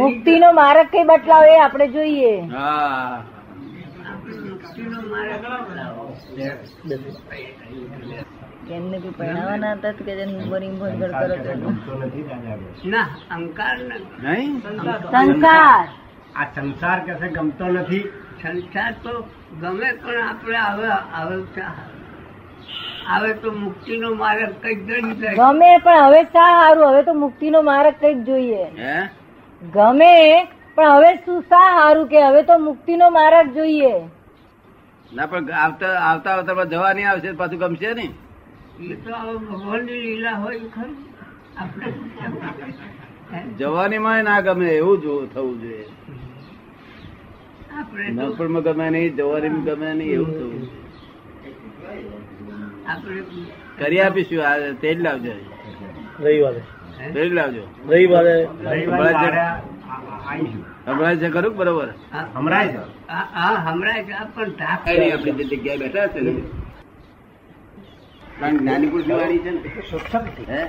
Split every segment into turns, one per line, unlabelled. મુક્તિનો માર્ગ કઈ બટલાવો એ આપણે જોઈએ
હા
એમને કોઈ પહેણાવવાના હતા તો કે જેને ઊંઘોને ઊંઘો જ ગળ કરો છો.
ના અહંકાર ન-
નહીં
સંસાર
આ સંસાર કશે ગમતો નથી
સંસાર તો ગમે પણ આપણે હવે હવે ચા- હવે તો મુક્તિનો માર્ગ કઈ જઈ જાય
ગમે પણ હવે શા હારું હવે તો મુક્તિનો માર્ગ કઈક જોઈએ
હે
ગમે પણ હવે શું શા હારું કે હવે તો મુક્તિનો માર્ગ જોઈએ
ના પણ આવતા આવતા અવતારમાં જવા નહીં આવશે તો પાછું ગમશે નહીં
એ તો હવે ભગવાનની લીલા હોય ખરી આપણે હે?
જવાનીમાં ના ગમે એવું જો થવું જોઈએ
આપણે તો
નાનપણમાં ગમે નહીં જવાનીમાં ગમે નહીં એવું થવું જોઈએ.
આપણે
કરી આપીશું આ તેજ લાવજો
રવિવારે
તેજ લાવજો
રવિવારે
રવિવારે
હમણાં જ-
આ- આ- આવીશું
હમણાં જે ખરું બરોબર
હા
હમણાં જ
હા, હા, હમણાં જ આ પણ ધાક
કઈ નહીં, આપણી જે જગ્યાએ બેઠા છે ને કારણ કે જ્ઞાની પુરુષની વાણી છે ને હે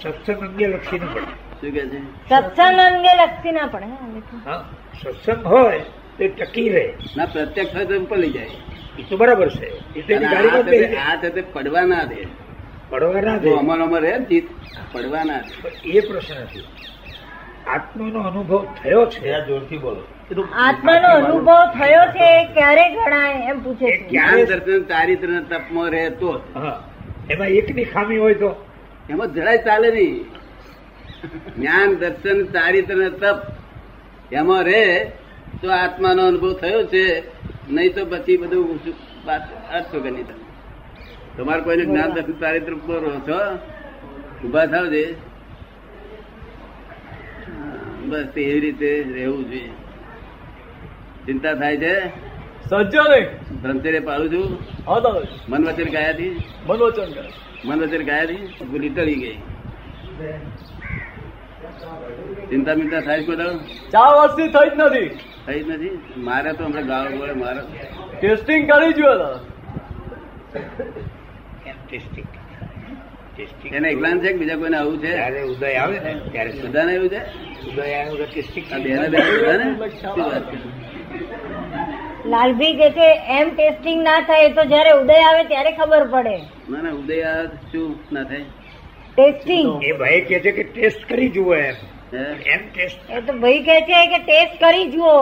સત્સંગ અંગે લક્ષીને પડે
શું કે છે
સત્સંગ અંગે લક્ષી ના પડે હા, હવે તો.
હા સત્સંગ હોય તો એ ટકી રહે
ના પ્રત્યક્ષ હોય તો એમ પડી જાય
એ તો બરાબર છે એ તો એની
અને આ
ગાડીમાં જ બેસી
થતે-
જાય.
આ થતે પડવા ના દે
પડવા ના દે
જો અમર અમર રહે ને ચિત્ત, પડવા ના દે
પણ એ પ્રશ્ન નથી આત્માનો અનુભવ થયો છે જોરથી બોલો
આત્માનો અનુભવ થયો છે એ ક્યારે ગણાય એમ પૂછે
એ
છે
ક્યારે-
જ્ઞાન દર્શન ચારિત્ર ને તપમાં રહે તો
હા એમાં એકની ખામી હોય તો
એમાં જરાય ચાલે નહીં જ્ઞાન દર્શન ચારિત્ર ને તપ એમાં રહે તો આત્માનો અનુભવ થયો છે નહીં તો પછી બધું વાત અર્થગણિત તમારે કોઈને જ્ઞાન દર્શન ચારિત્ર પર રહો છો ઉભા થાવ છે બસ તે એવી રીતે રહેવું જોઈએ ચિંતા થાય છે બ્રહ્મચર્ય પાડું છું મન વચન ગાયાથી મન વચન ગાયાથી ભૂલી ટળી ગઈ ચિંતા મિંતા થાય છે કોઈ દાડો?
ચાર વર્ષથી થઈ જ નથી
થઈ જ નથી મારે તો હમણાં ગાળો ગોળે મારે
ટેસ્ટિંગ કરી જોયો ને
ટેસ્ટિંગ ટેસ્ટિંગ
એને એકલાને છે કે બીજા કોઈને આવું છે
ત્યારે ઉદય આવે ને ત્યારે સુધા
બધાને એવું છે
ઉદય આવે એટલે ટેસ્ટિંગ
આ બેને બેને બધાને? શું વાત છે?
લાલભી કે છે એમ ટેસ્ટિંગ ના થાય એ તો જયારે ઉદય આવે ત્યારે ખબર પડે
ના ના ઉદય આ શું ના થાય
ટેસ્ટિંગ
એ ભાઈ કે છે કે ટેસ્ટ કરી જુઓ એમ
હે?
એમ ટેસ્ટ
એ તો ભાઈ કે છે કે ટેસ્ટ કરી જુઓ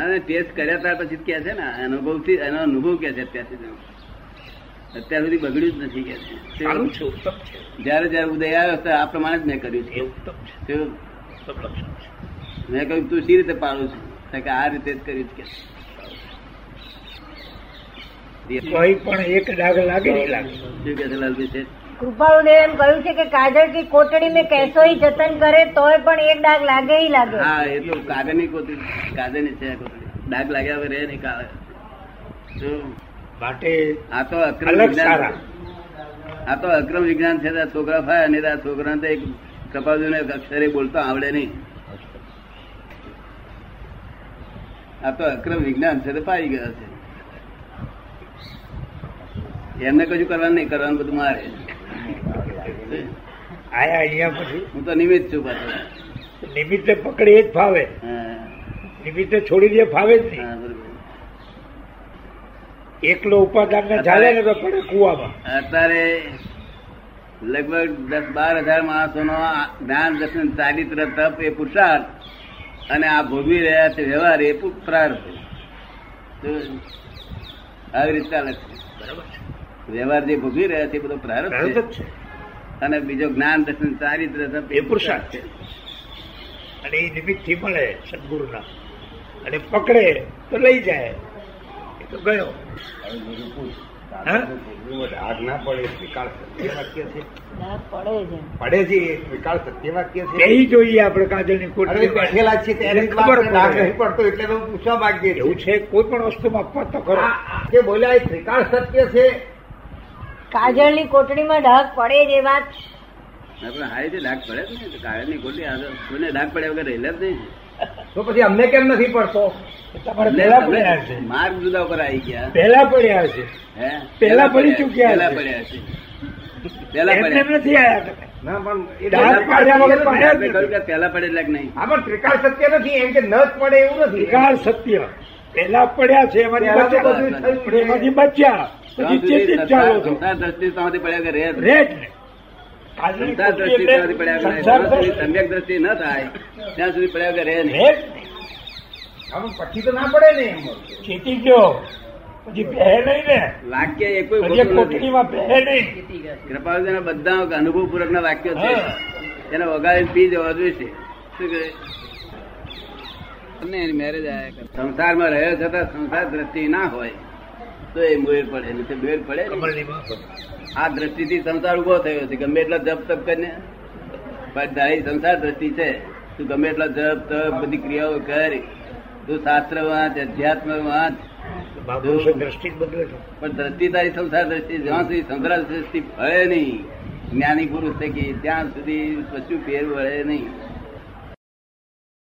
ના ના ટેસ્ટ કર્યા ત્યાર પછી જ કહે છે ને અનુભવથી એનો અનુભવ કે છે અત્યારથી તો. અત્યાર સુધી બગડ્યું જ નથી કે છે
સારું છે ઉત્તમ છે
જયારે જયારે ઉદય આવ્યો ત્યારે આ પ્રમાણે જ મેં કર્યું
એ
છે
ઉત્તમ છે
શું?
ઉત્તમ લક્ષણ છે
મેં કહ્યું તું શી રીતે પાડું છું તો કે આ રીતે જ કર્યું છે કે
કોઈ પણ એક ડાઘ લાગે નહીં લાગે
શું કહે છે લાલજી શેઠ?
કૃપાળુદેવ એમ કહ્યું છે કે કાજળ કી કોટડી મેં કેસો ય જતન કરે તોય પણ એક ડાગ લાગે ય લાગે
હા એ તો કાગળની કોથળી કાગળની છે આ કોથળી. ડાઘ લાગ્યા વગર રહે નહીં કાગળ. શું?
માટે
આ તો અક્રમ
અલગ
વિજ્ઞાન
સારા.
આ તો અક્રમ વિજ્ઞાન છે આ છોકરા ફાય અને આ છોકરાને તો એક કપાળુને એક અક્ષરે બોલતા આવડે નહીં આ તો અક્રમ વિજ્ઞાન છે તો પાઈ ગયા છે એમને કશું કરવાનું નહીં કરવાનું બધું મારે
આયા અહીંયા પછી
હું તો નિમિત્ત છું પાછો
નિમિત્તે પકડી એ જ ફાવે
હા,
નિમિત્તે છોડી દે ફાવે જ નહીં
હા, બરોબર.
એકલો ઉપાદાન ને ચાલે ને તો પડે કુવામાં
અત્યારે લગભગ દસ બાર હજાર માણસોનો આ જ્ઞાન દર્શન ચારિત્ર તપ એ પુરુષાર્થ અને આ ભોગવી રહ્યા છે વ્યવહાર એ પુ- પ્રાર્થ તો આવી રીતે ચાલે છે
બરાબર છે
વ્યવહાર જે ભોગવી રહ્યા છે એ બધો પ્રાર્થ
બરાબર
છે
જ છે
અને બીજો જ્ઞાન દર્શન ચારિત્ર તપ
એ પુરુષાર્થ છે અને એ નિમિત્તથી મળે સદગુરુના અને પકડે તો લઈ જાય એ તો ગયો હા?
રાગ ના પડે એ વિકાર સત્ય વાક્ય છે
ડાઘ પડે છે
પડે છે એ વિકાર સત્ય વાક્ય
બેહી જોઈએ આપણે કાજલની
અરે
કોટલી
બેઠેલા છીએ ત્યારે જ
ખબર
વાત
પડે.
રાગ નહીં પડતો એટલે તો પૂછવા માંગીએ
એવું
છીએ.
છે કોઈ પણ વસ્તુમાં આપવા તો ખરો
આ- આ જે બોલ્યા એ વિકાર સત્ય છે
કાજળ ની કોટડીમાં ડાઘ પડે જ એ વાત
આપણે હારી રીતે ડાક પડે જ ને કાળની ગોળી આ તો કોઈને ડાક પડ્યા વગર રહેલા જ નહીં
તો પછી અમને કેમ નથી પડતો
તમારે
એટલે
પહેલા પડ્યા છે
તમે માર્ગ જુદા ઉપર આવી ગયા
પહેલા પડ્યા છે
હે
પહેલા પડી ચૂક્યા
પહેલા
છે.
પડ્યા છે પહેલા
એમને
પડ્યા
એમ નથી આયા તમે
ના પણ એ
દાંત કાઢ્યા વગર પણ
હા,
હે જ
મેં કહ્યું કે પહેલા પડે એટલે કે નહીં
પણ ત્રિકાળ સત્ય નથી એમ કે ન જ પડે એવું નથી
ત્રિકાળ સત્ય પહેલા પડ્યા છે એમાંથી
પહેલા તો
બચ્યા.
બધું
પણ એમાંથી બચ્યા પછી
જ થયું
ત્યાં સુધી
ચેતી જ ચાલો છો
સંસાર દ્રષ્ટિ તમારી પડ્યા કે રહે જ નહીં.
રેટ ને કાજની
સંસાર દ્રષ્ટિ
કોઠી
તમારી
એટલે
પડ્યા કે રહે.
સંસાર
જ્યાં સુધી સમ્યક દ્રષ્ટિ ન થાય ત્યાં સુધી પડ્યા કે રહે નહીં
રેટ ને
હા, પણ પછી તો ના પડે ને એમ
ચેતી ગયો પછી પહે નહીં ને
વાક્ય એ કોઈ
પછી
ખોટું નથી.
કોટડીમાં પહે નહીં
કૃપાળુજીના બધા અનુભવ પૂર્વક ના વાક્યો છે
હા.
એને વગાડી પી જવા જોઈએ શું કહે તમને એની મેરેજ આયા કરે. સંસારમાં રહ્યો છતાં સંસાર દ્રષ્ટિ ના હોય તો એ મોર પડે નહીં તો બેર પડે નહીં. આ દ્રષ્ટિથી સંસાર ઉભો થયો છે ગમે એટલા જપ તપ કરીને પણ તારી સંસાર દ્રષ્ટિ છે તું ગમે એટલા જપ તપ બધી ક્રિયાઓ કર તું શાસ્ત્ર વાંચ અધ્યાત્મ વાંચ
બાબુ છે, દ્રષ્ટિ જ બદલે છે
પણ દ્રષ્ટિ તારી સંસાર દ્રષ્ટિ જ્યાં સુધી સંસાર દ્રષ્ટિ ફળે નહીં જ્ઞાની પુરુષ થકી ત્યાં સુધી કશું ફેર વળે નહીં